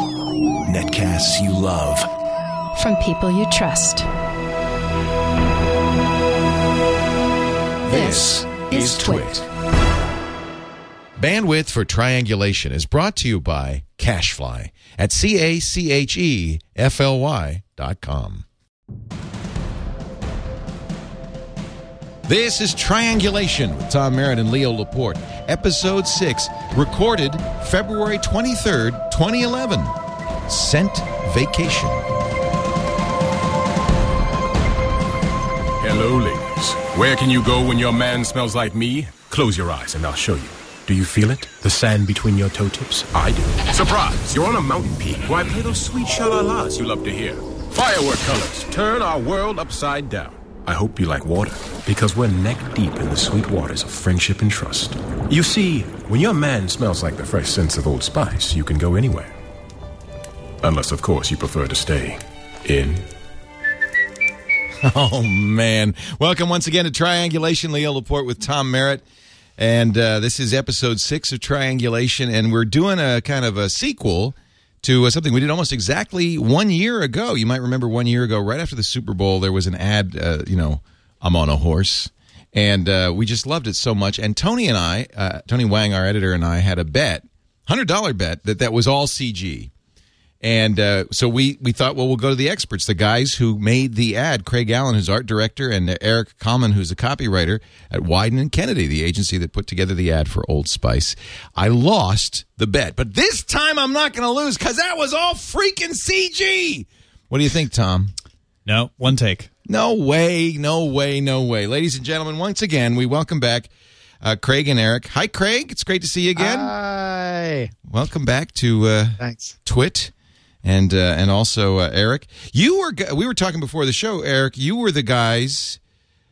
Netcasts you love. From people you trust. This is Twit. Bandwidth for Triangulation is brought to you by CashFly at C A C H E F L Y dot com. This is Triangulation with Tom Merritt and Leo Laporte, Episode 6, recorded February 23rd, 2011. Sent Vacation. Hello, ladies. Where can you go when your man smells like me? Close your eyes and I'll show you. Do you feel it? The sand between your toe tips? I do. Surprise! You're on a mountain peak where I play those sweet sha-la-las you love to hear. Firework colors turn our world upside down. I hope you like water, because we're neck deep in the sweet waters of friendship and trust. You see, when your man smells like the fresh scents of Old Spice, you can go anywhere. Unless, of course, you prefer to stay in. Oh man! Welcome once again to Triangulation. Leo Laporte with Tom Merritt, and uh, this is episode six of Triangulation, and we're doing a kind of a sequel to uh, something we did almost exactly one year ago. You might remember one year ago, right after the Super Bowl, there was an ad. Uh, you know, I'm on a horse, and uh, we just loved it so much. And Tony and I, uh, Tony Wang, our editor, and I had a bet, hundred dollar bet that that was all CG. And uh, so we, we thought, well, we'll go to the experts, the guys who made the ad, Craig Allen, who's art director, and Eric Common, who's a copywriter at Wyden and Kennedy, the agency that put together the ad for Old Spice. I lost the bet, but this time I'm not going to lose because that was all freaking CG. What do you think, Tom? No, one take. No way, no way, no way. Ladies and gentlemen, once again, we welcome back uh, Craig and Eric. Hi, Craig. It's great to see you again. Hi. welcome back to uh, Thanks. Twit, and uh, and also uh, Eric. You were g- we were talking before the show, Eric. You were the guys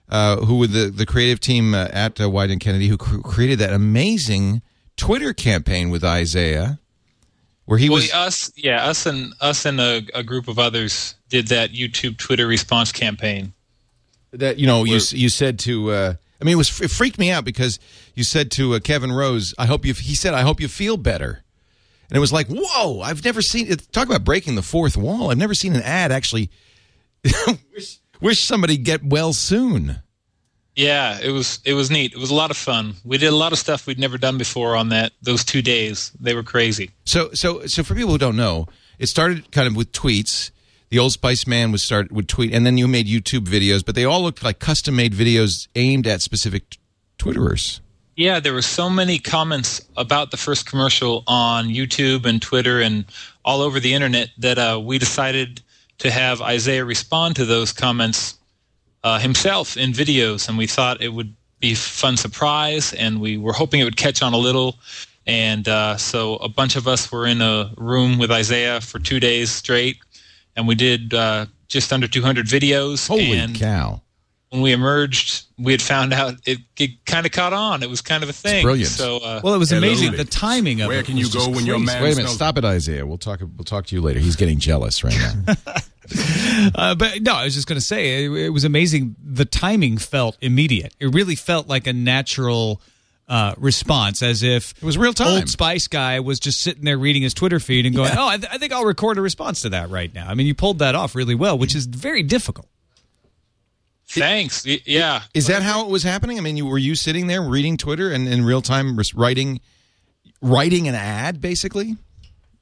uh, who were the the creative team uh, at uh, Wyden Kennedy who cr- created that amazing Twitter campaign with Isaiah, where he Well, was. us, yeah, us and us and a, a group of others did that YouTube Twitter response campaign. that you know you s- you said to uh, I mean it was it freaked me out because you said to uh, Kevin Rose I hope you he said I hope you feel better and it was like whoa I've never seen it talk about breaking the fourth wall I've never seen an ad actually wish, wish somebody get well soon Yeah, it was it was neat. It was a lot of fun. We did a lot of stuff we'd never done before on that those two days. They were crazy. so so so for people who don't know it started kind of with tweets the old spice man would start would tweet and then you made YouTube videos but they all looked like custom made videos aimed at specific t- twitterers Yeah, there were so many comments about the first commercial on YouTube and Twitter and all over the internet that uh, we decided to have Isaiah respond to those comments uh, himself in videos, and we thought it would be a fun surprise, and we were hoping it would catch on a little. And uh, so a bunch of us were in a room with Isaiah for two days straight, and we did uh, just under 200 videos. holy and cow when we emerged, we had found out it, it kind of caught on. It was kind of a thing. brilliant. So, uh, Well, it was Hello, amazing the ladies. timing of Where it. can was you go just when your crazy. man Wait a minute. smells Stop it, Isaiah. We'll talk. We'll talk to you later. He's getting jealous right now. Uh, but no, I was just going to say it, it was amazing. The timing felt immediate. It really felt like a natural uh, response, as if it was real time. Old Spice guy was just sitting there reading his Twitter feed and going, "Oh, I, th- I think I'll record a response to that right now." I mean, you pulled that off really well, which is very difficult. thanks. Y- yeah. Is that how it was happening? I mean, you, were you sitting there reading Twitter and in real time res- writing, writing an ad basically?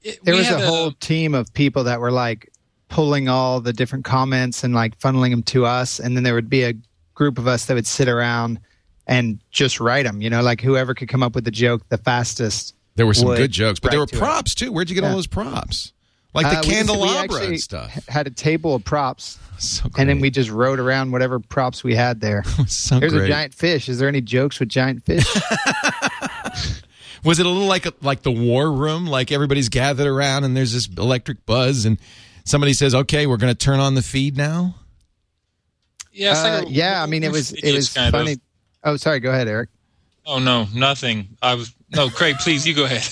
It- There we was had a whole team of people that were like pulling all the different comments and like funneling them to us, and then there would be a group of us that would sit around and just write them. You know, like whoever could come up with the joke the fastest. There were some would good jokes, but there were write to it. props too. Where'd you get all Yeah. those props? Like Uh, the we just- we candelabra actually and stuff. h- Had a table of props, So and then great. we just rode around whatever props we had there. so Here's great. a giant fish. Is there any jokes with giant fish? Was it a little like a, like the war room? Like everybody's gathered around and there's this electric buzz and somebody says, "Okay, we're going to turn on the feed now." Yeah, it's Uh, like a- yeah, I mean it was it it's was kind of- funny. Oh, sorry. Go ahead, Eric. Oh no, nothing. I was no, Craig. Please, you go ahead.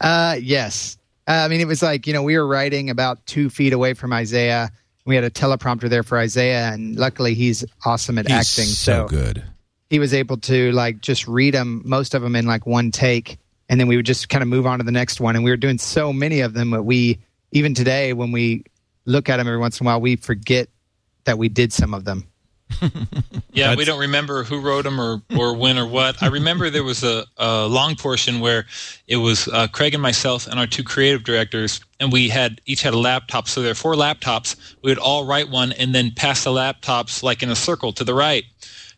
Uh, yes. Uh, I mean, it was like, you know, we were writing about two feet away from Isaiah. We had a teleprompter there for Isaiah, and luckily he's awesome at He's acting. so good. he was able to like just read them, most of them in like one take. and then we would just kind of move on to the next one. And we were doing so many of them that we, even today, when we look at them every once in a while, we forget that we did some of them. Yeah, we don't remember who wrote them or, or when or what. I remember there was a, a long portion where it was uh, Craig and myself and our two creative directors, and we had each had a laptop. So there are four laptops. We would all write one and then pass the laptops like in a circle to the right.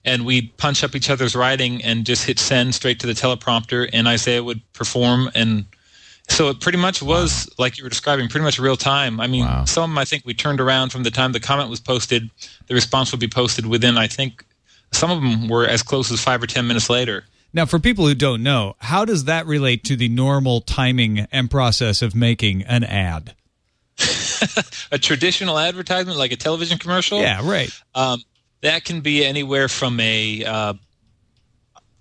And we'd punch up each other's writing and just hit send straight to the teleprompter, and Isaiah would perform. And so it pretty much was, like you were describing, pretty much real time. I mean, some of them I think we turned around from the time the comment was posted, the response would be posted within, I think, some of them were as close as five or 10 minutes later. Now, for people who don't know, how does that relate to the normal timing and process of making an ad? A traditional advertisement, like a television commercial, Yeah, right. um, that can be anywhere from a uh,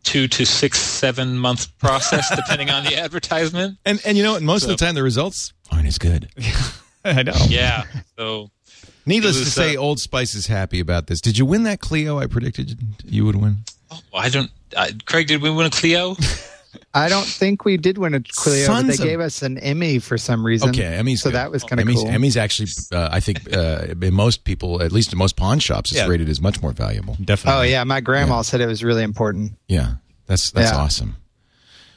two to six, seven month process, depending on the advertisement. And and you know what? Most of the time, the results aren't as good. I know. Yeah. So Needless It was, to say, uh, Old Spice is happy about this. Did you win that Clio? I predicted you would win. oh, I don't. I, Craig, did we win a Clio? I don't think we did win a Clio. but Sons they of- gave us an Emmy for some reason. Okay, Emmy's so good. that was kind of Emmy's, cool. Emmy's actually, uh, I think, uh, in most people, at least in most pawn shops, it's Yeah. rated as much more valuable. Definitely. oh yeah, my grandma said it was really important. Yeah, that's that's Yeah. awesome.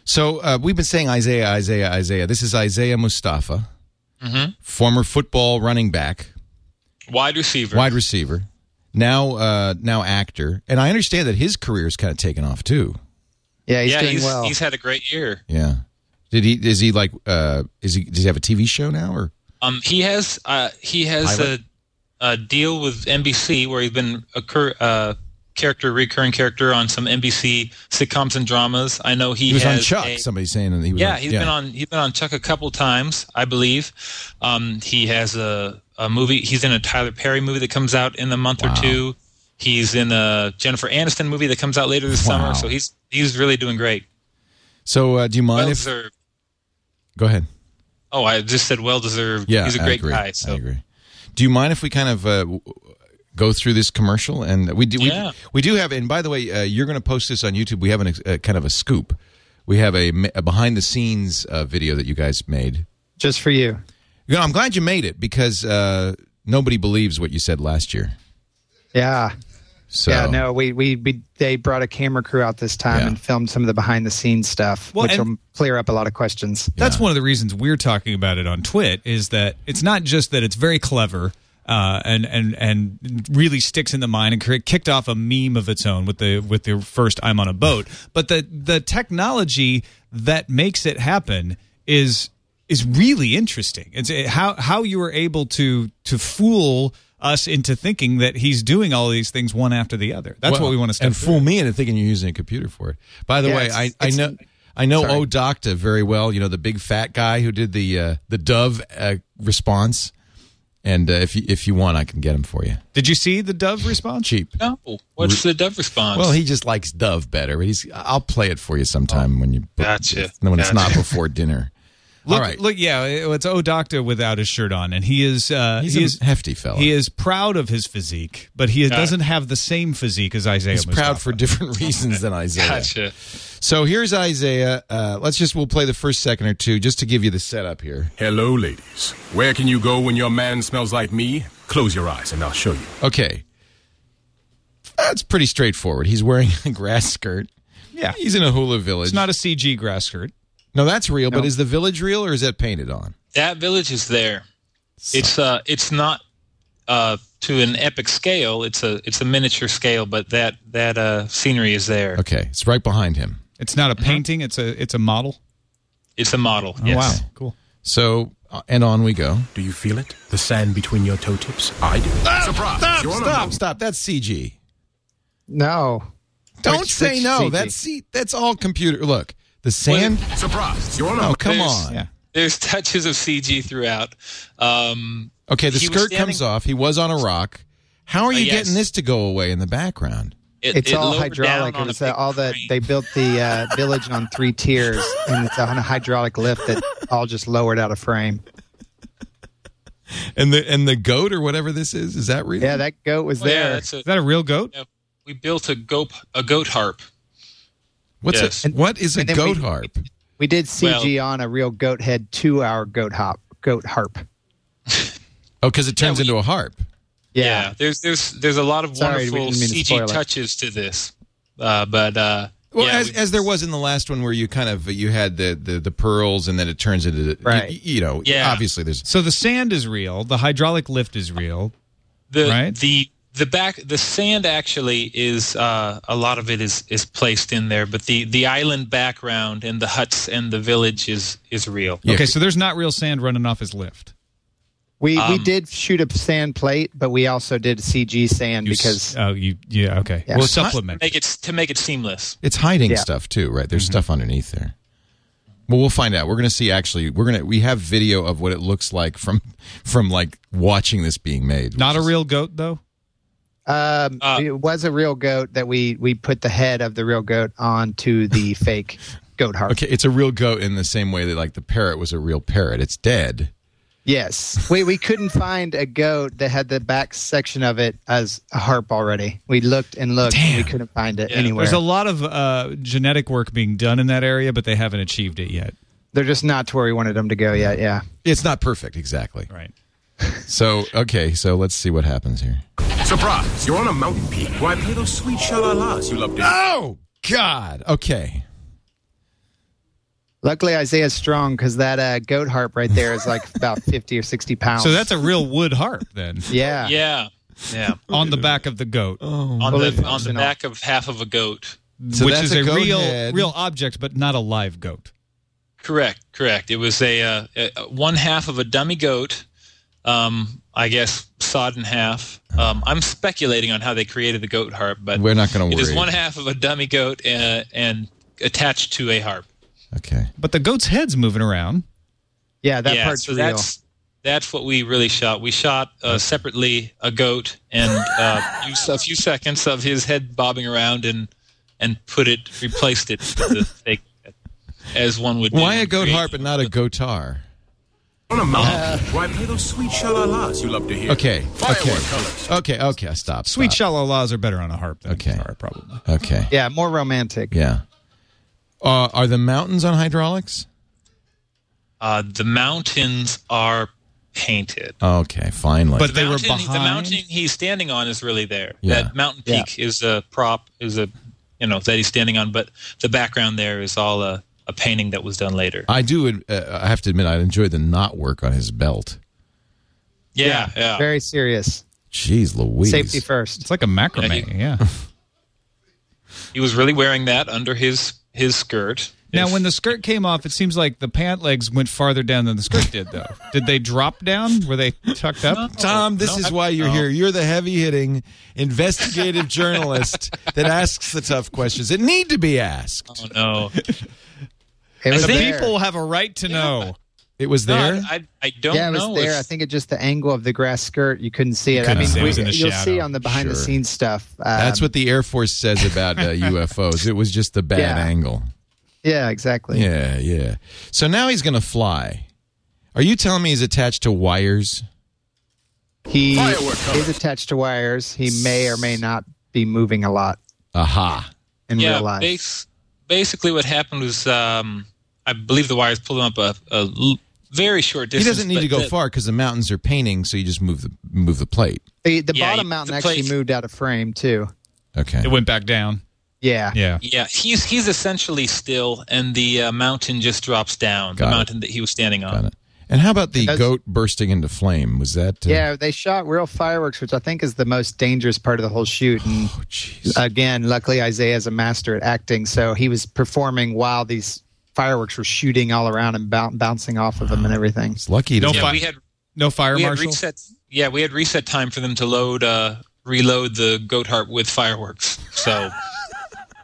So uh, we've been saying Isaiah, Isaiah, Isaiah. This is Isaiah Mustafa, Mm-hmm. former football running back, Wide receiver. wide receiver, now uh, now actor, and I understand that his career is kind of taken off too. Yeah, he's yeah, doing he's, well. he's had a great year. Yeah. Did he? Is he like? Uh, is he? Does he have a TV show now? Or Um, he has uh, he has a, a deal with NBC where he's been a cur- uh, character, recurring character on some NBC sitcoms and dramas. I know he, he was has on Chuck. a- Somebody's saying that he was. yeah, on, he's been on he's been on Chuck a couple times, I believe. Um, he has a, a movie. He's in a Tyler Perry movie that comes out in a month or two. He's in a Jennifer Aniston movie that comes out later this Wow. summer. So he's he's really doing great. So uh, do you mind Well if? deserved. Go ahead. Oh, I just said well deserved. Yeah, he's a I great agree. guy. I So agree. Do you mind if we kind of uh, w- go through this commercial? And we do. We, Yeah. we do have. And by the way, uh, you're going to post this on YouTube. We have an, ex- a kind of a scoop. We have a, ma- a behind the scenes uh, video that you guys made. Just for you. You know, I'm glad you made it because uh, nobody believes what you said last year. Yeah. So Yeah, no, we, we we they brought a camera crew out this time Yeah. and filmed some of the behind the scenes stuff, Well, which and- will clear up a lot of questions. That's one of the reasons we're talking about it on Twit is that it's not just that it's very clever uh, and and and really sticks in the mind and cre- kicked off a meme of its own with the with the first I'm on a boat, but the the technology that makes it happen is is really interesting. It's uh, how how you were able to to fool us into thinking that he's doing all these things one after the other. That's Well, what we want to step And through. fool me into thinking you're using a computer for it. By the Yeah, way, it's- I, I it's- know I know sorry. Odocta very well. You know the big fat guy who did the uh, the Dove uh, response. And uh, if you, if you want, I can get him for you. Did you see the dove response? Cheap. no, Oh, what's the Dove response? Well, he just likes Dove better. He's. I'll play it for you sometime when you. Gotcha. When it's Gotcha. not before dinner. Look, All right. look, yeah, it's Odocta without his shirt on, and he is uh, He's he a is hefty fella. He is proud of his physique, but he it. doesn't have the same physique as Isaiah. He's proud Mustafa. for different reasons than Isaiah. gotcha. So here's Isaiah. Uh, let's just we'll play the first second or two just to give you the setup here. Hello, ladies. Where can you go when your man smells like me? Close your eyes and I'll show you. Okay. That's pretty straightforward. He's wearing a grass skirt. Yeah. He's in a hula village. It's not a CG grass skirt. no, that's real, but is the village real or is that painted on? That village is there. It's uh, it's not uh, to an epic scale. It's a it's a miniature scale, but that that uh, scenery is there. Okay. It's right behind him. It's not a Mm-hmm. painting. It's a it's a model. It's a model. Oh, yes. Wow, cool. So, uh, and on we go. Do you feel it? The sand between your toe tips? I do. Surprise! You're on a Stop, mountain. stop. That's CG. No. Don't Which- say which no. CG? That's C- that's all computer. Look, the sand. Surprise! You're on a Oh, come There's- on. Yeah. There's touches of CG throughout. Um, Okay, the He was skirt standing- comes off. He was on a rock. How are you yes. getting this to go away in the background? it, It's it all lowered hydraulic. down on It a was big uh, all the crane. they built the uh, village on three tiers, and it's on a hydraulic lift that all just lowered out of frame. And the and the goat or whatever this is is that real? Yeah, that goat was Oh, yeah, there. that's a, Is that a real goat? yeah, we built a goat a goat harp. What's Yes. a, what is a And then goat we- harp? We did CG on a real goat head to our goat hop, goat harp. Oh, because it turns into a harp. Yeah. there's there's there's a lot of Sorry, we wonderful didn't mean to spoil CG it. touches to this, uh, but uh, Well, yeah, as, we- as there was in the last one, where you kind of you had the the, the pearls, and then it turns into the, Right. You, you know, Yeah. obviously there's So the sand is real. The hydraulic lift is real. the right? the the back the sand actually is uh, a lot of it is is placed in there, but the the island background and the huts and the village is is real. Yeah. Okay, so there's not real sand running off his lift. We we did shoot a sand plate, but we also did CG sand You s- because oh, you yeah okay. Yeah. Well, It's not- supplement. Make it to make it seamless. it's hiding Yeah. stuff too, right? There's stuff underneath there. Well, we'll find out. We're going to see. Actually, we're going to we have video of what it looks like from from like watching this being made. Not which a is- real goat though. um, Uh, it was a real goat that we we put the head of the real goat onto the fake goat harp. Okay, it's a real goat in the same way that like the parrot was a real parrot. It's dead. Yes, we we couldn't find a goat that had the back section of it as a harp already. We looked and looked, and we couldn't find it anywhere. There's a lot of uh, genetic work being done in that area, but they haven't achieved it yet. They're just not to where we wanted them to go yet. Yeah. It's not perfect, exactly. Right. So okay, so let's see what happens here. Surprise! You're on a mountain peak. Why play those sweet shalalas you love to Oh God. Okay. Luckily, Isaiah's strong because that uh, goat harp right there is like about fifty or sixty pounds. So that's a real wood harp then, yeah. Yeah, yeah. on the back of the goat, Hmm. on Fully the on the functional. back of half of a goat. So which that's is a, goat real head. real object, but not a live goat. Correct, correct. It was a, uh, a a- one half of a dummy goat, um, I guess sawed in half. Um, I'm speculating on how they created the goat harp, but We're not going to it worry. is one half of a dummy goat uh, and attached to a harp. okay. But the goat's head's moving around. Yeah, that yeah, part's so real. that's that's what we really shot. We shot uh, separately a goat and uh, used a few seconds of his head bobbing around and and put it replaced it with the fake head, as one would. do Why in a goat creating- harp and not a goatar? On a mountain peak. Why play those sweet shalalas you love to hear? Okay. Firework Okay. colors. Okay. Okay. Stop. Sweet stop. shalalas are better on a harp than Okay. a guitar, probably. Okay. yeah, more romantic. Yeah. Uh, are the mountains on hydraulics? Uh, the mountains are painted. Okay, finally. But they were Mountain- The behind. mountain he's standing on is really there. Yeah. That mountain Yeah. peak is a prop, is a you know that he's standing on, but the background there is all a, a painting that was done later. I do. ad- Uh, I have to admit, I enjoy the knot work on his belt. yeah, yeah. Very serious. Jeez, Louise. Safety first. It's like a macrame. Yeah, Yeah. he was really wearing that under his his skirt. Now, when the skirt came off, it seems like the pant legs went farther down than the skirt did, though. did they drop down? Were they tucked up? Tom, this is why you're here. You're the heavy hitting investigative journalist that asks the tough questions that need to be asked. Oh no, It was The there. people have a right to know. It was there. No, I, I I don't yeah, it was know. there. if- I think it just the angle of the grass skirt. You couldn't see it. couldn't I mean, see it. It was in the you'll see shadow. on the behind the Sure. scenes stuff. Um, That's what the Air Force says about uh, UFOs. It was just the bad Yeah. angle. Yeah, exactly. Yeah, yeah. So now he's going to fly. Are you telling me he's attached to wires? He Firework is attached to wires. He may or may not be moving a lot Aha. in yeah, real life. bas- basically what happened was um, I believe the wires pulled him up a, a l- very short He distance. doesn't need but to go the- far because the mountains are painting, so you just move the move the plate. the the Yeah, bottom you- mountain the actually place- moved out of frame too. Okay. It went back down. Yeah. Yeah. Yeah, he's he's essentially still, and the uh, mountain just drops down. Got the it. mountain that he was standing on. Got it. And how about the That's- goat bursting into flame? Was that? Uh, Yeah, they shot real fireworks, which I think is the most dangerous part of the whole shoot. And Oh, jeez. again, luckily Isaiah is a master at acting, so he was performing while these fireworks were shooting all around and bou- bouncing off of him and everything. It's lucky. he No doesn't- Yeah, Fi- we had No fire we had marshal. reset. Yeah, we had reset time for them to load uh, reload the goat harp with fireworks. So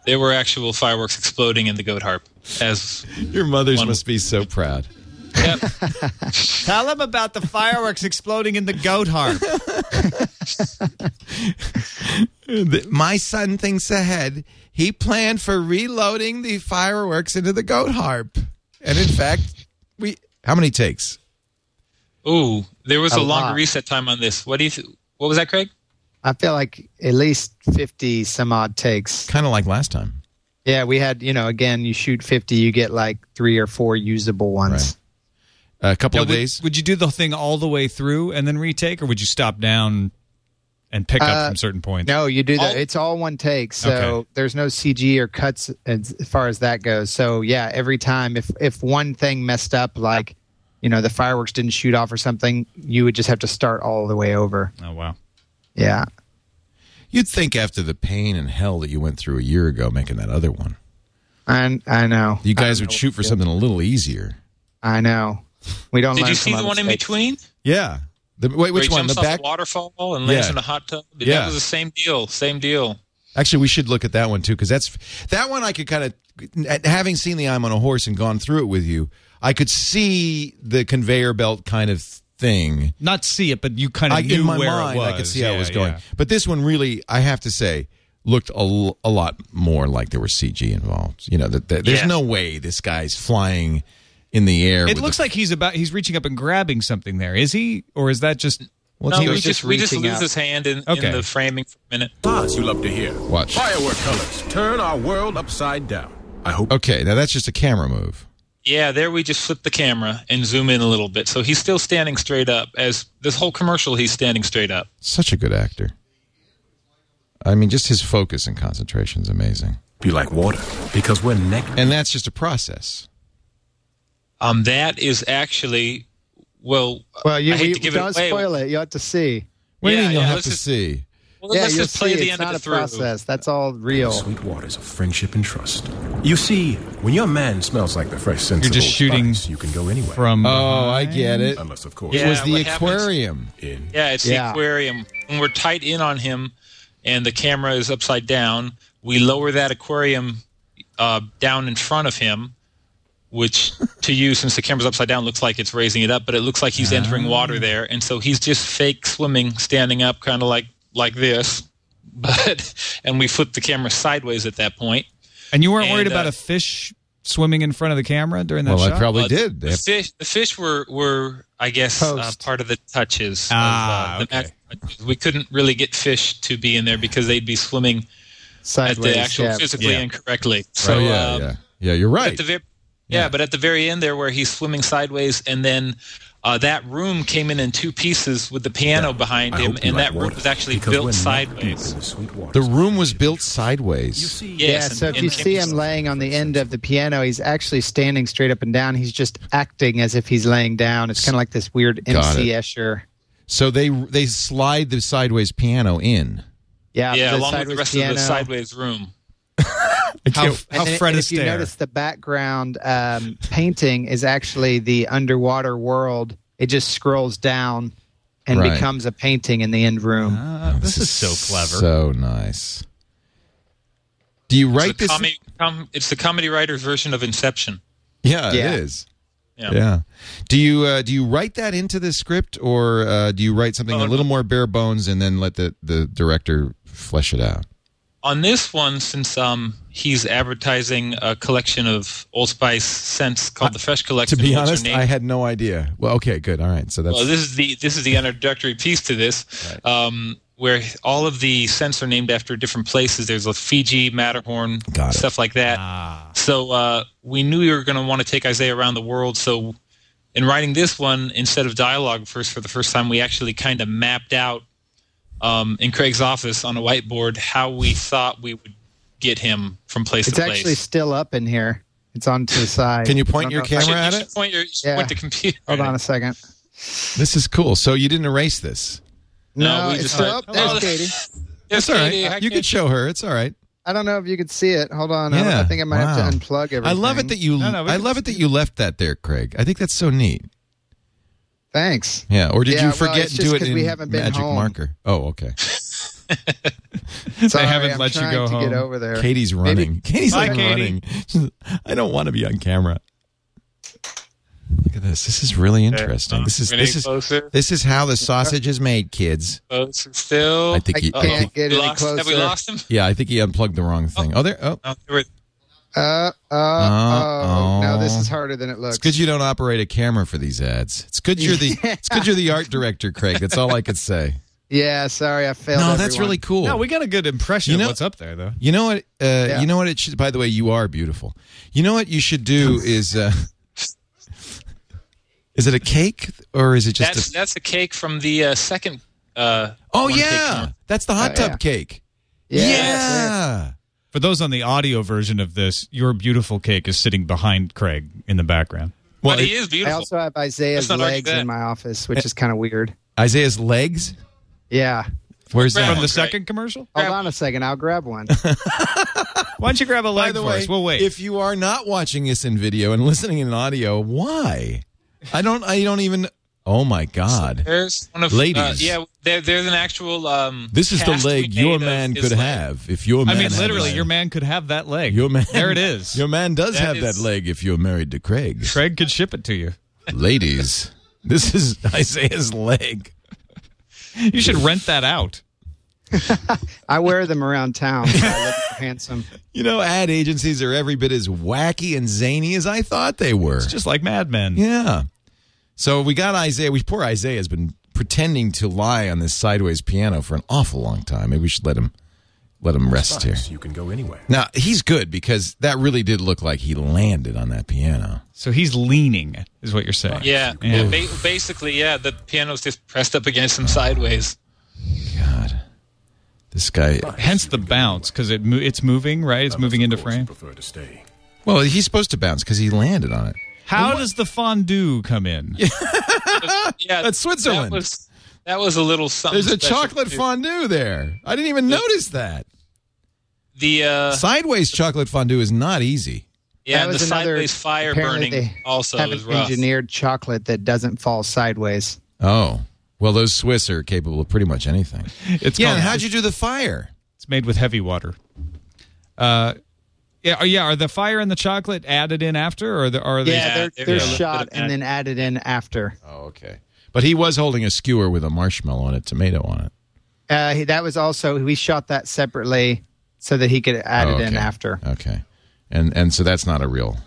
there were actual fireworks exploding in the goat harp. As Your mothers One- must be so proud. yep, Tell them about the fireworks exploding in the goat harp. My son thinks ahead. He planned for reloading the fireworks into the goat harp, and in fact, we. How many takes? ooh, there was A a, longer lot. reset time on this. What do you? Th- what was that, Craig? I feel like at least fifty some odd takes. Kind of like last time. Yeah, we had, you know, again, you shoot 50, you get like three or four usable ones. A couple Now, of would, days. would you do the thing all the way through and then retake, or would you stop down and pick up Uh, from certain points? No, you do that. All- It's all one take. So Okay. there's no CG or cuts as as far as that goes. So yeah, every time if if one thing messed up like, you know, the fireworks didn't shoot off or something, you would just have to start all the way over. Oh wow. Yeah. You'd think after the pain and hell that you went through a year ago making that other one, I I know. you guys would shoot for something a little easier. I know. We don't Did learn you see from the our one in mistakes. between? Yeah. The, wait, Where which he one? The jumps off back. a waterfall and lands Yeah. in a hot tub. Yeah. That was the same deal. Same deal. Actually, we should look at that one too because that's that one I could kind of having seen the I'm on a horse and gone through it with you. I could see the conveyor belt kind of thing. Not see it, but you kind of I, knew in my where mind, it was. I could see yeah, how it was going. yeah. But this one really, I have to say, looked a, l- a lot more like there was CG involved. You know, that that- there's Yeah. no way this guy's flying in the air. It looks like he's about he's reaching up and grabbing something there. Is he, or is that just? No, he we was just, just we just reaching lose out. his hand in, Okay. in the framing for a minute. Buzz you love to hear. Watch. Firework colors turn our world upside down. I hope. okay. Now that's just a camera move. Yeah, there we just flip the camera and zoom in a little bit. So he's still standing straight up. As this whole commercial, he's standing straight up. Such a good actor. I mean, just his focus and concentration is amazing. Be like water because we're neck. And that's just a process. Um, that is actually, well, Well, you, I hate you to give it don't away. spoil it. You have to see. What do you Yeah, mean you'll yeah, have let's to just- see? well, yeah, let's you'll just play see. the it's end not of a it through. process. That's all real. Sweet waters of friendship and trust. You see, when your man smells like the fresh scent You're of just old shooting spice, you can go anywhere. From Oh, I get it. unless of course It was Yeah, the what happens- aquarium. in. Yeah, it's the Yeah. aquarium. When we're tight in on him and the camera is upside down, we lower that aquarium uh, down in front of him, which to you, since the camera's upside down, looks like it's raising it up, but it looks like he's Ah. entering water there. And so he's just fake swimming, standing up, kind of like, like this. But and we flip the camera sideways at that point. and you weren't and, worried about uh, a fish swimming in front of the camera during that Well, shot. I probably Uh, did. They The have- fish, the fish were, were I guess, uh, Post. part of the touches. Ah, of, uh, the okay. actual touches. We couldn't really get fish to be in there because they'd be swimming Sideways. at the actual yeah. physically Yeah. incorrectly. So oh, yeah, um, yeah. Yeah, you're At right. the very, yeah. but at the very end there, where he's swimming sideways, and then uh, that room came in in two pieces with the piano behind I him, hope you and like that room water, was actually because we're built neck sideways. deep in the sweet waters. The room was built You sideways. see, Yeah, Yeah, Yes, so and- if you and- see him laying on the end of the piano, he's actually standing straight up and down. He's just acting as if he's laying down. It's kind of like this weird Got MC Escher. So they they slide the sideways piano in. Yeah, Yeah, the along with the sideways rest of the piano. sideways room. how And how then- Fred and if you Astaire. notice the background um, painting is actually the underwater world. It just scrolls down and Right. becomes a painting in the end room. Ah, Uh, this, is so clever. So nice. Do you write It's the, this? comedy, com, it's the comedy writer's version of Inception. Yeah, Yeah. it is. Yeah. Do you uh, do you write that into the script, or uh, do you write something Oh, a little more bare bones and then let the, the director flesh it out? on this one, since um, he's advertising a collection of Old Spice scents called the Fresh To Collection, be which are honest, named- I had no idea. Well, okay, good, all right. So that's well, this is the this is the introductory piece to this, um, where all of the scents are named after different places. There's a Fiji, Matterhorn, Got it. Ah. stuff like that. So uh, we knew we were going to want to take Isaiah around the world. So in writing this one, instead of dialogue first for the first time, we actually kind of mapped out um, in Craig's office on a whiteboard how we thought we would get him from place It's to actually place. still up in here. It's on to the side. Can you I point don't your know if I should- camera at You it? should point, your, you should Yeah. point the computer. Hold at on it. a second. This is cool. So you didn't erase this. No, No, we it's just- Oh, still up. There's Hello. Katie. Yes, That's all Katie, hi, right. You Katie. can show her. It's all right. I don't know if you could see it. Hold on. I don't- I, think I might Wow. have to unplug everything. I love it that you. No, no, we I can love it that you left that there, Craig. I think that's so neat. Thanks. Yeah, or did Yeah, you well, forget it's to just do it 'cause in we haven't been magic home. marker? Oh, okay. Sorry, haven't I'm let you trying go to home. get over there. Katie's running. Katie's Bye, like Katie. running. I don't want to be on camera. Look at this. This is really interesting. This is We're getting this is closer. this is how the sausage is made, kids. Closer still. I think I he. I can't think- get We any Uh, lost- closer. Have we lost him? yeah, I think he unplugged the wrong thing. Oh, there. Oh, Oh, there we- Uh, uh, Uh, oh. No, this oh. is harder than it looks. it's good you don't operate a camera for these ads. It's good you're the. It's good you're the art director, Craig. That's all I could say. Yeah, sorry, I failed. No, that's everyone. really cool. No, we got a good impression You know- of what's up there, though. You know what? Uh, You know what? It should. By the way, you are beautiful. You know what you should do is. Uh, is it a cake or is it just? that's a, that's a cake from the uh, second. Uh, oh one cake yeah, commercial. that's the hot Oh, tub yeah. cake. Yeah. yeah. For those on the audio version of this, your beautiful cake is sitting behind Craig in the background. but he is I beautiful. also have Let's Isaiah's not argue legs that. in my office, which is kind of weird. Isaiah's legs. Yeah. Where's Right. that? From the Right. second commercial? Hold on a second. I'll grab one. Why don't you grab a By leg the for way, us? We'll wait. if you are not watching this in video and listening in audio, why? I don't. I don't even. Oh my God! There's one of Ladies. Uh, yeah, there, there's an actual. Um, This is the cast we leg made your of man his could leg. have if your man. I mean, had literally, a- your man could have that leg. Your man. There it is. Your man does That have that is- leg if you're married to Craig. Craig could ship it to you. Ladies, this is Isaiah's leg. You should rent that out. I wear them around town. so I look handsome. You know, ad agencies are every bit as wacky and zany as I thought they were. It's just like Mad Men. yeah. So we got Isaiah. We poor Isaiah has been pretending to lie on this sideways piano for an awful long time. Maybe we should let him let him rest here. You can go anywhere. Now he's good because that really did look like he landed on that piano. So he's leaning, is what you're saying. Yeah, Yeah. yeah. Ba- basically, yeah. The piano's just pressed up against him sideways. God, this guy. Hence the bounce, because it mo- it's moving, right? It's moving into frame. Prefer to stay. Well, he's supposed to bounce because he landed on it. How does the fondue come in? Yeah, That's Switzerland. That was, that was a little something. There's a special, chocolate too. fondue there. I didn't even notice that. The uh, Sideways chocolate fondue is not easy. yeah, That the was another- sideways fire apparently burning they also have is an rough. engineered chocolate that doesn't fall sideways. Oh. Well, those Swiss are capable of pretty much anything. Oh, It's yeah, called- and how'd you do the fire? It's made with heavy water. Uh, yeah, are, yeah. Are the fire and the chocolate added in after, or the, are they? Yeah, Yeah, there they're, they're you go. shot Bit of and then added in after. Oh, okay. But he was holding a skewer with a marshmallow and a tomato on it. Uh, he- that was also we shot that separately so that he could add Oh, it in okay. after. Okay. And and so that's not a real That-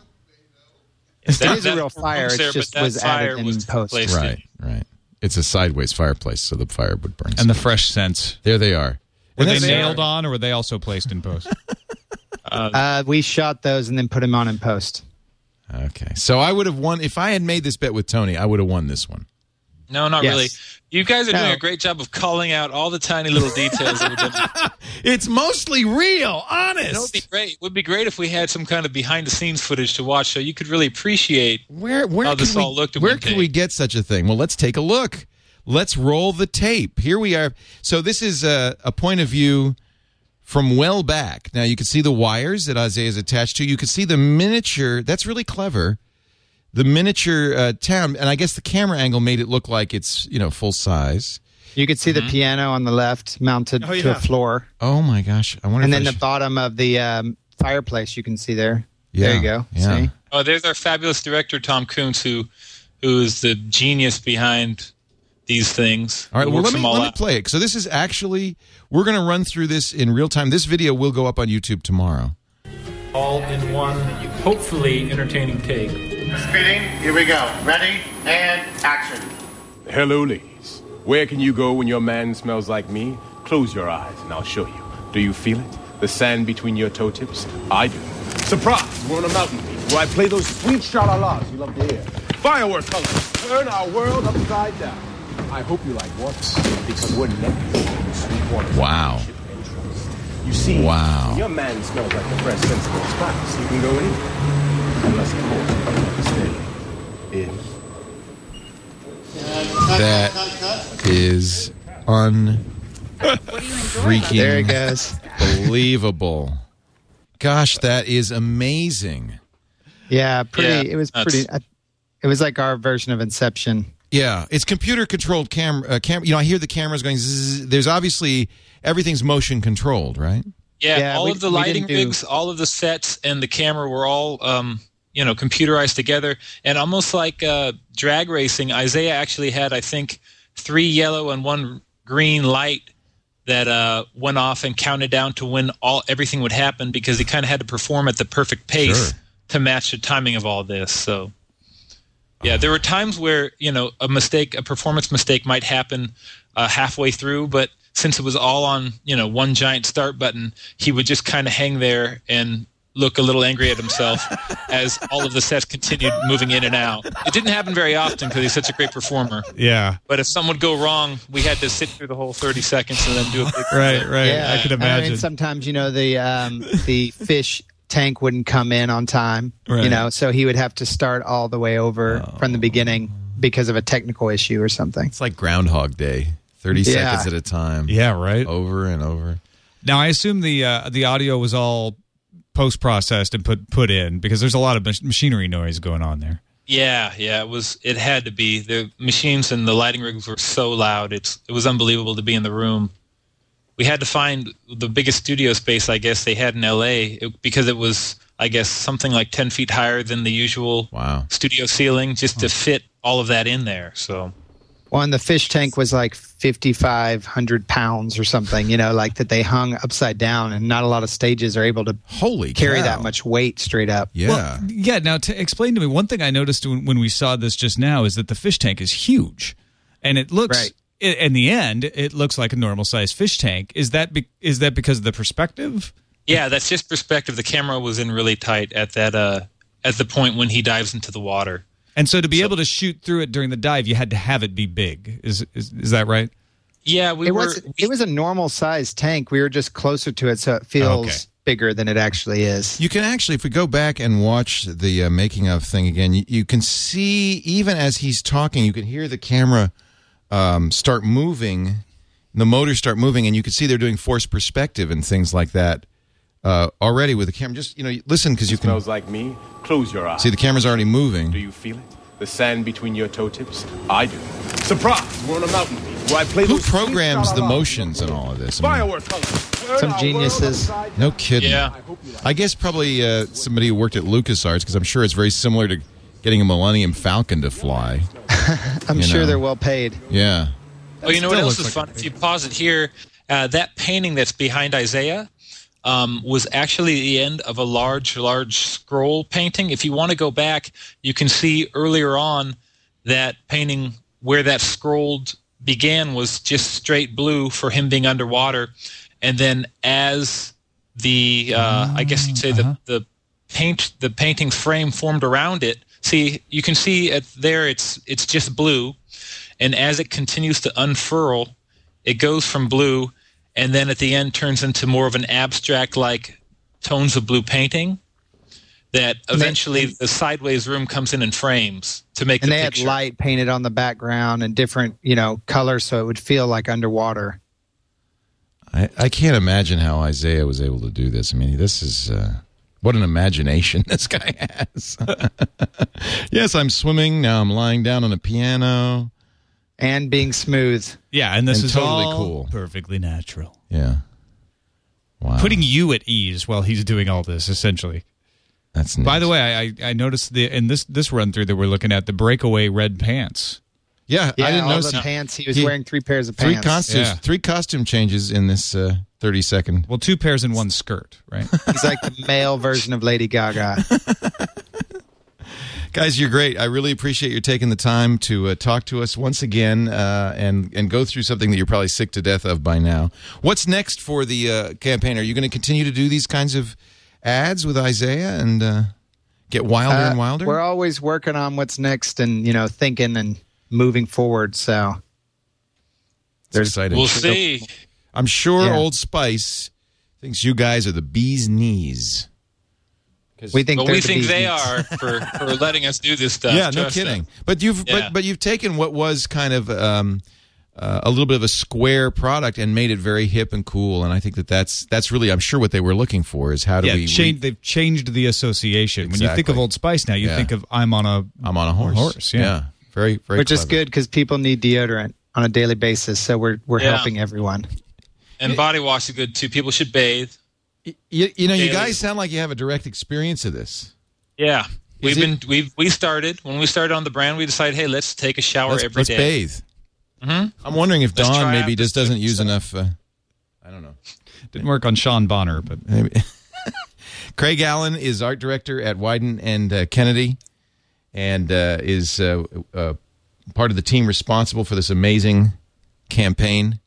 It is a that real was fire, it's there, just but that was added fire in was post. placed in. right, right. It's a sideways fireplace, so the fire would burn. And the fresh scents. there they are. Were And they that's- nailed on, or were they also placed in post? Uh, we shot those and then put them on in post. Okay. So I would have won if I had made this bet with Tony. I would have won this one. No, not Yes. really. You guys are No. doing a great job of calling out all the tiny little details. that were done. It's mostly real, honest. It would be great. It would be great if we had some kind of behind-the-scenes footage to watch, so you could really appreciate. Where where how can Oh, this we, all looked at where one can day. we get such a thing? Well, let's take a look. Let's roll the tape. Here we are. So this is a, a point of view from well back. Now you can see the wires that Isaiah is attached to. You can see the miniature. That's really clever. The miniature uh, town, and I guess the camera angle made it look like it's you know full size. You could see the piano on the left mounted to a floor, Oh my gosh! I wonder. and if then I the should- bottom of the um, fireplace you can see there. Yeah, There you go. yeah. See? Oh, there's our fabulous director Tom Koontz, who who is the genius behind these things. All right, He well, let works me, them all let me out. play it. So, this is actually, we're going to run through this in real time. This video will go up on YouTube tomorrow. all in one, hopefully entertaining take. Speeding, here we go. Ready and action. Hello, ladies. Where can you go when your man smells like me? Close your eyes and I'll show you. Do you feel it? The sand between your toe tips? I do. Surprise! We're on a mountain peak where I play those sweet shalalas you love to hear. Firework colors turn our world upside down. I hope you like waters because we're necklaces in the sweet waters. Wow. You see, Wow. when your man smells like the fresh scents of the spice, you can go anywhere. Unless, of course, you understand. If That is un freaking There he goes. believable. Gosh, that is amazing. Yeah, pretty. Yeah, it was that's- pretty. Uh, it was like our version of Inception. Yeah, it's computer controlled camera. Uh, cam- you know, I hear the cameras going. Zzz, there's obviously everything's motion controlled, right? Yeah, Yeah, all we- of the we lighting didn't do- rigs, all of the sets, and the camera were all um, you know computerized together, and almost like uh, drag racing. Isaiah actually had, I think, three yellow and one green light that uh, went off and counted down to when all everything would happen because he kind of had to perform at the perfect pace Sure. to match the timing of all this. So Yeah, there were times where you know a mistake, a performance mistake, might happen uh, halfway through, but since it was all on you know one giant start button, he would just kind of hang there and look a little angry at himself as all of the sets continued moving in and out. It didn't happen very often because he's such a great performer. Yeah. But if something would go wrong, we had to sit through the whole thirty seconds and then do a big Right, right. I could And I mean, imagine. sometimes you know the um, the fish tank wouldn't come in on time. Right. You know, so he would have to start all the way over from the beginning because of a technical issue or something. It's like Groundhog Day, 30 Yeah. seconds at a time. yeah, right. Over and over. Now, I assume the uh, the audio was all post processed and put put in because there's a lot of mach- machinery noise going on there. Yeah, yeah, it was. It had to be. The machines and the lighting rigs were so loud. It's it was unbelievable to be in the room. We had to find the biggest studio space I guess they had in L.A. it- because it was I guess something like ten feet higher than the usual Wow. studio ceiling, just to fit all of that in there. So Well, and the fish tank was like 5,500 pounds or something, you know, like that they hung upside down, and not a lot of stages are able to Holy carry cow. that much weight straight up. Yeah. Well, yeah. Now, to explain to me, one thing I noticed when, when we saw this just now is that the fish tank is huge, and it looks. Right. i- in the end, it looks like a normal sized fish tank. Is that be- is that because of the perspective? yeah, that's just perspective. The camera was in really tight at that uh at the point when he dives into the water. And so, to be able to shoot through it during the dive, you had to have it be big. Is is, is that right? Yeah, we It were. was it was a normal sized tank. We were just closer to it, so it feels Okay. bigger than it actually is. You can actually, if we go back and watch the uh, making of thing again, you, you can see even as he's talking, you can hear the camera um, start moving, the motors start moving, and you can see they're doing forced perspective and things like that uh, already with the camera. Just you know, listen because you can Smells like me? Close your eyes. see the camera's already Do moving. you feel it? The sand between your toe tips? I do. Surprise! We're on a mountain peak where I play Who those sweet programs the sha-la-las. motions and all of this? I mean, Firework colors. Some geniuses. no kidding. Yeah. I guess probably uh, somebody who worked at LucasArts because I'm sure it's very similar to getting a Millennium Falcon to fly. I'm you sure know. they're well paid. Yeah. Oh, you know what still else looks is like a fun? If you pause it here, uh, that painting that's behind Isaiah um, was actually the end of a large, large scroll painting. If you want to go back, you can see earlier on that painting where that scrolled began was just straight blue for him being underwater, and then as the uh, I guess you'd say Mm-hmm. the the paint the painting's frame formed around it. See, you can see at there it's it's just blue, and as it continues to unfurl, it goes from blue, and then at the end turns into more of an abstract like tones of blue painting. That eventually the sideways room comes in and frames to make And the they had picture. light painted on the background and different, you know, colors so it would feel like underwater. I, I can't imagine how Isaiah was able to do this. I mean, this is uh, what an imagination this guy has. yes, I'm swimming. Now I'm lying down on a piano. And being smooth. Yeah, and this And is totally all cool. perfectly natural. Yeah. Wow. Putting you at ease while he's doing all this, essentially. That's neat. By the way, I, I I noticed the in this this run through that we're looking at the breakaway red pants. yeah, Yeah, I didn't all notice the pants. He was He- wearing three pairs of three pants. costumes, Yeah. three costume changes in this uh, 30 second. Well, two pairs and one skirt, right? He's like the male version of Lady Gaga. Guys, you're great. I really appreciate you taking the time to uh, talk to us once again uh, and and go through something that you're probably sick to death of by now. What's next for the uh, campaign? Are you going to continue to do these kinds of ads with Isaiah and uh, get wilder Uh, and wilder? We're always working on what's next and, you know, thinking and moving forward. So it's exciting. We'll see. I'm sure Yeah. Old Spice thinks you guys are the bee's knees. we think But they're we the think bees they knees. are for, for letting us do this stuff. yeah, no Trust us. kidding. But you've Yeah. but, but you've taken what was kind of um, uh, a little bit of a square product and made it very hip and cool. And I think that that's that's really I'm sure what they were looking for is how do yeah, we change, they've changed the association. When you think of Exactly. Old Spice now, you Yeah. think of I'm on a I'm on a horse. yeah. Very very Which is clever. good because people need deodorant on a daily basis. So we're, we're Yeah. helping everyone. And body wash is good too. People should bathe. You, you know, you Daily. guys sound like you have a direct experience of this. Yeah. We've it- been we we started when we started on the brand. We decided, hey, let's take a shower Let's, every let's day. Mm-hmm. bathe. I'm wondering if Let's Don try maybe out just this doesn't new use stuff. enough. Uh, I don't know. didn't work on Sean Bonner, but Maybe. Craig Allen is art director at Wyden and uh, Kennedy, and uh, is uh, uh, part of the team responsible for this amazing campaign.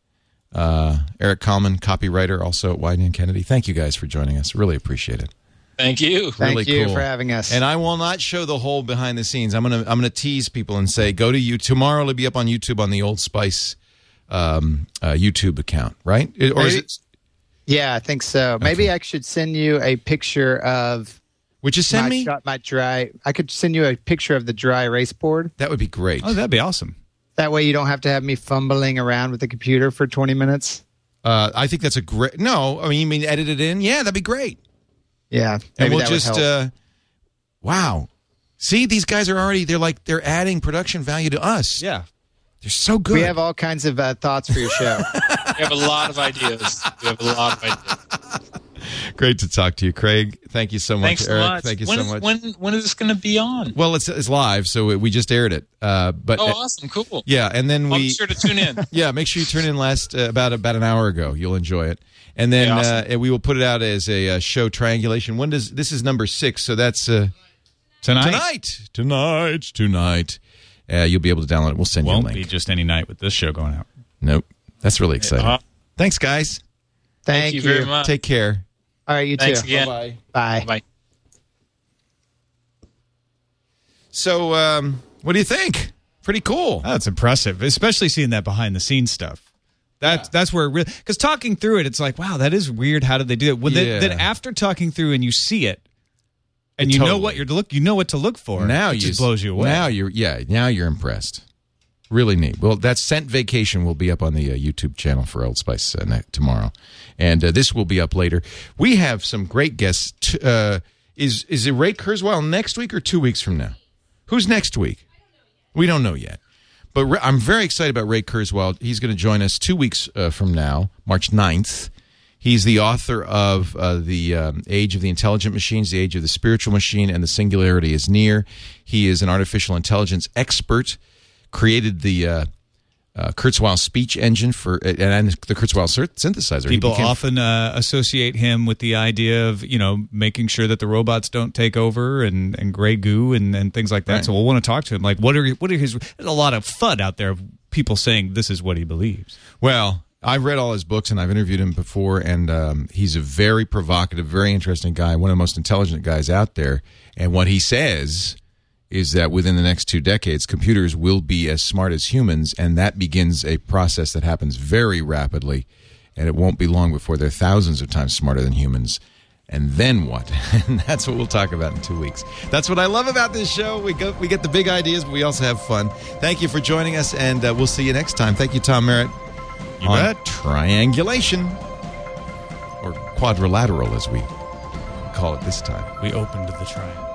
Uh, Eric Kalman, copywriter, also at Wyden and Kennedy. Thank you guys for joining us. Really appreciate it. Thank you. Thank really you cool. for having us. And I will not show the whole behind the scenes. I'm gonna I'm gonna tease people and say go to you tomorrow. It'll be up on YouTube on the Old Spice um, uh, YouTube account, right? It- or is Maybe- it? yeah, I think so. Maybe I should send you a picture of Would you send my, me? shot- my dry. I could send you a picture of the dry erase board. That would be great. Oh, that'd be awesome. That way, you don't have to have me fumbling around with the computer for 20 minutes. Uh, I think that's a great. No, I mean you mean edit it in? Yeah, that'd be great. Yeah, and maybe we'll that would just help. uh, wow. See, these guys are already. They're like they're adding production value to us. Yeah. they're so good. we have all kinds of uh, thoughts for your show. We have a lot of ideas. We have a lot of ideas. great to talk to you, Craig. Thank you so much, Thanks a Eric. lot. Thank you When so is- much. When when is this going to be on? well, it's it's live, so we just aired it. Uh, but Oh, awesome! Cool. yeah, and then we I'll be sure to tune in. Yeah, make sure you turn in last uh, about about an hour ago. You'll enjoy it, and then Yeah, awesome. uh, we will put it out as a uh, show triangulation. When does this is number six? So that's uh, Tonight, tonight, tonight, tonight. Uh, you'll be able to download it. We'll send you a won't link. be just any night with this show going out. Nope, that's really exciting. Uh-huh. Thanks, guys. Thank, Thank you very much. Take care. All right, you Thanks too. again. Bye. Bye. So, um, what do you think? Pretty cool. That's impressive, especially seeing that behind the scenes stuff. That's that's where it really because talking through it, it's like, wow, that is weird. How did they do that? Well, then- Yeah. then after talking through and you see it, and you know Totally. what you're to look, you know what to look for. now it you just blows you away. Now you're yeah. Now you're impressed. Really neat. Well, that scent vacation will be up on the uh, YouTube channel for Old Spice uh, ne- tomorrow, and uh, this will be up later. We have some great guests. T- uh, is is it Ray Kurzweil next week or two weeks from now? Who's next week? We don't know yet. But Ra- I'm very excited about Ray Kurzweil. He's going to join us two weeks uh, from now, March 9th. He's the author of uh, The um, Age of the Intelligent Machines, The Age of the Spiritual Machine, and The Singularity is Near. He is an artificial intelligence expert, created the uh, uh, Kurzweil speech engine for and, and the Kurzweil syr- synthesizer. He People became- often uh, associate him with the idea of you know making sure that the robots don't take over and, and gray goo and, and things like that. Right. So we'll want to talk to him. Like, what are what are his? There's a lot of fud out there of people saying this is what he believes. Well, I've read all his books and I've interviewed him before, and um, he's a very provocative, very interesting guy, one of the most intelligent guys out there. And what he says is that within the next two decades, computers will be as smart as humans, and that begins a process that happens very rapidly, and it won't be long before they're thousands of times smarter than humans. And then what? And that's what we'll talk about in two weeks. That's what I love about this show. We go, we get the big ideas, but we also have fun. Thank you for joining us, and uh, we'll see you next time. Thank you, Tom Merritt You on bet. triangulation or quadrilateral as we call it this time. We opened the triangle.